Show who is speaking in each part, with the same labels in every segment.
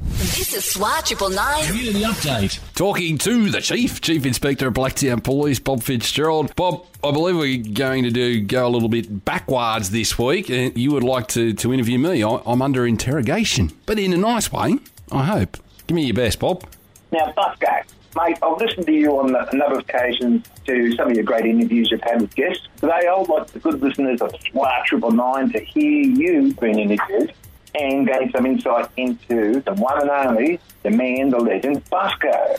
Speaker 1: This is SWAT Triple Nine.
Speaker 2: Community update.
Speaker 3: Talking to the Chief, Chief Inspector of Blacktown Police, Bob Fitzgerald. Bob, I believe we're going to do go a little bit backwards this week. And you would like to, to interview me. I, I'm under interrogation, but in a nice way, I hope. Give me your best, Bob.
Speaker 4: Now, Buskak, mate, I've listened to you on a number of occasions to some of your great interviews you've had with guests. Today, I would like the good listeners of SWAT Triple Nine to hear you being interviewed and gain some insight into the one and only, the man, the legend, Busco.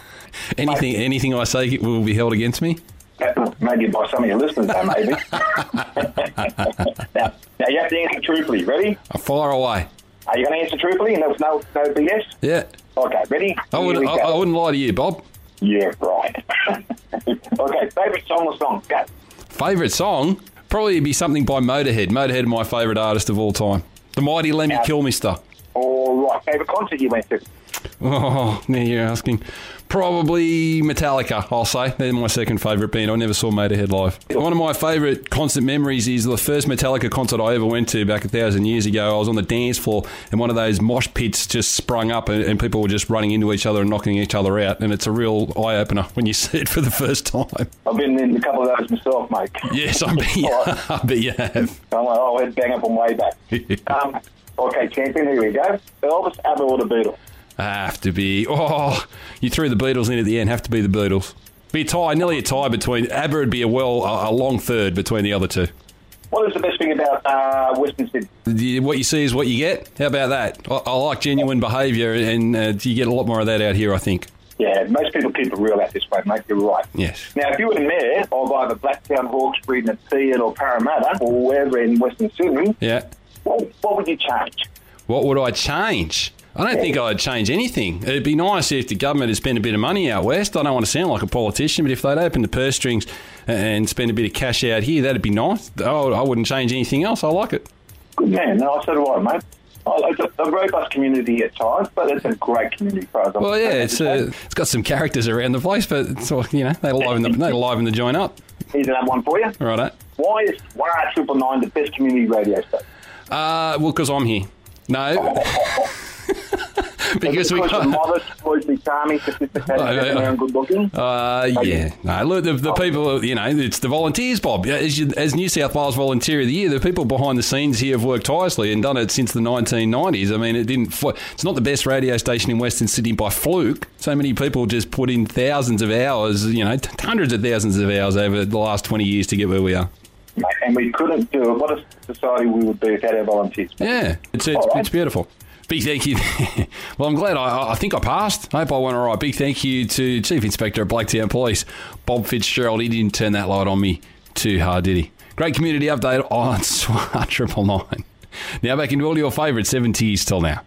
Speaker 3: Anything anything I say will be held against me.
Speaker 4: Maybe by some of your listeners, though, maybe. now, now, you have to answer truthfully. Ready?
Speaker 3: I fire away.
Speaker 4: Are you going to answer truthfully? No, no, no BS?
Speaker 3: Yeah.
Speaker 4: Okay, ready?
Speaker 3: I
Speaker 4: Here
Speaker 3: wouldn't,
Speaker 4: we
Speaker 3: I,
Speaker 4: go.
Speaker 3: I wouldn't lie to you, Bob.
Speaker 4: Yeah, right. okay, favourite song or song? Go.
Speaker 3: Favourite song? Probably be something by Motorhead. Motorhead, my favourite artist of all time. The Mighty Lemmy
Speaker 4: Yeah.
Speaker 3: Kilmister.
Speaker 4: All right. Favourite concert you went to?
Speaker 3: Oh, now you're asking. Probably Metallica, I'll say. They're my second favourite band. I never saw Motorhead live. One of my favourite concert memories is the first Metallica concert I ever went to back a thousand years ago. I was on the dance floor and one of those mosh pits just sprung up and, and people were just running into each other and knocking each other out. And it's a real eye opener when you see it for the first time.
Speaker 4: I've been in a couple of those myself, mate.
Speaker 3: Yes, I bet you, I bet you have.
Speaker 4: I'm like, oh, let's bang up on way back. um, okay, champion, here we go. Elvis, Abba or the Beatles?
Speaker 3: Have to be. Oh, you threw the Beatles in at the end. Have to be the Beatles. Be a tie, nearly a tie between. ABBA would be a well, a, a long third between the other two.
Speaker 4: What is the best thing about uh, Western Sydney?
Speaker 3: The- What you see is what you get. How about that? I, I like genuine behaviour, and uh, you get a lot more of that out here. I think.
Speaker 4: Yeah, most people keep it real out this way, mate. You're right.
Speaker 3: Yes.
Speaker 4: Now, if you were the mayor of either Blacktown, Hawkesbury, Nepean or Parramatta, or wherever in Western Sydney,
Speaker 3: Yeah.
Speaker 4: what, what would you change?
Speaker 3: What would I change? I don't think I'd change anything. It'd be nice if the government had spent a bit of money out west. I don't want to sound like a politician, but if they'd opened the purse strings and spent a bit of cash out here, that'd be nice. Oh, I wouldn't change anything else. I like it.
Speaker 4: Good man. No, so do I, mate. Oh, It's a, a robust community at times, but it's a great community for us.
Speaker 3: Well, yeah, it's uh, it's got some characters around the place, but it's all, you know they liven the they liven the joint up,
Speaker 4: Here's another one for you.
Speaker 3: right? eh?
Speaker 4: Why is Wire Triple Nine the best community radio station?
Speaker 3: Uh, well, because I'm here. No, because we
Speaker 4: because you're
Speaker 3: got.
Speaker 4: modest, noisy, charming, sophisticated,
Speaker 3: Oh, yeah.
Speaker 4: and good looking.
Speaker 3: Uh, yeah, no. Look, the, the people, you know, it's the volunteers, Bob. Yeah, As, you, as New South Wales Volunteer of the Year, the people behind the scenes here have worked tirelessly and done it since the 1990s. I mean, it didn't. Fl- it's not the best radio station in Western Sydney by fluke. So many people just put in thousands of hours, you know, t- hundreds of thousands of hours over the last 20 years to get where we are.
Speaker 4: Mate, and we couldn't do it. What a society we would be without our volunteers.
Speaker 3: Yeah, it's it's,
Speaker 4: All right.
Speaker 3: it's beautiful. Big thank you. well, I'm glad I, I think I passed. I hope I went all right. Big thank you to Chief Inspector of Blacktown Police, Bob Fitzgerald. He didn't turn that light on me too hard, did he? Great community update on SWAT Triple Nine. Now back into all your favourite 70s till now.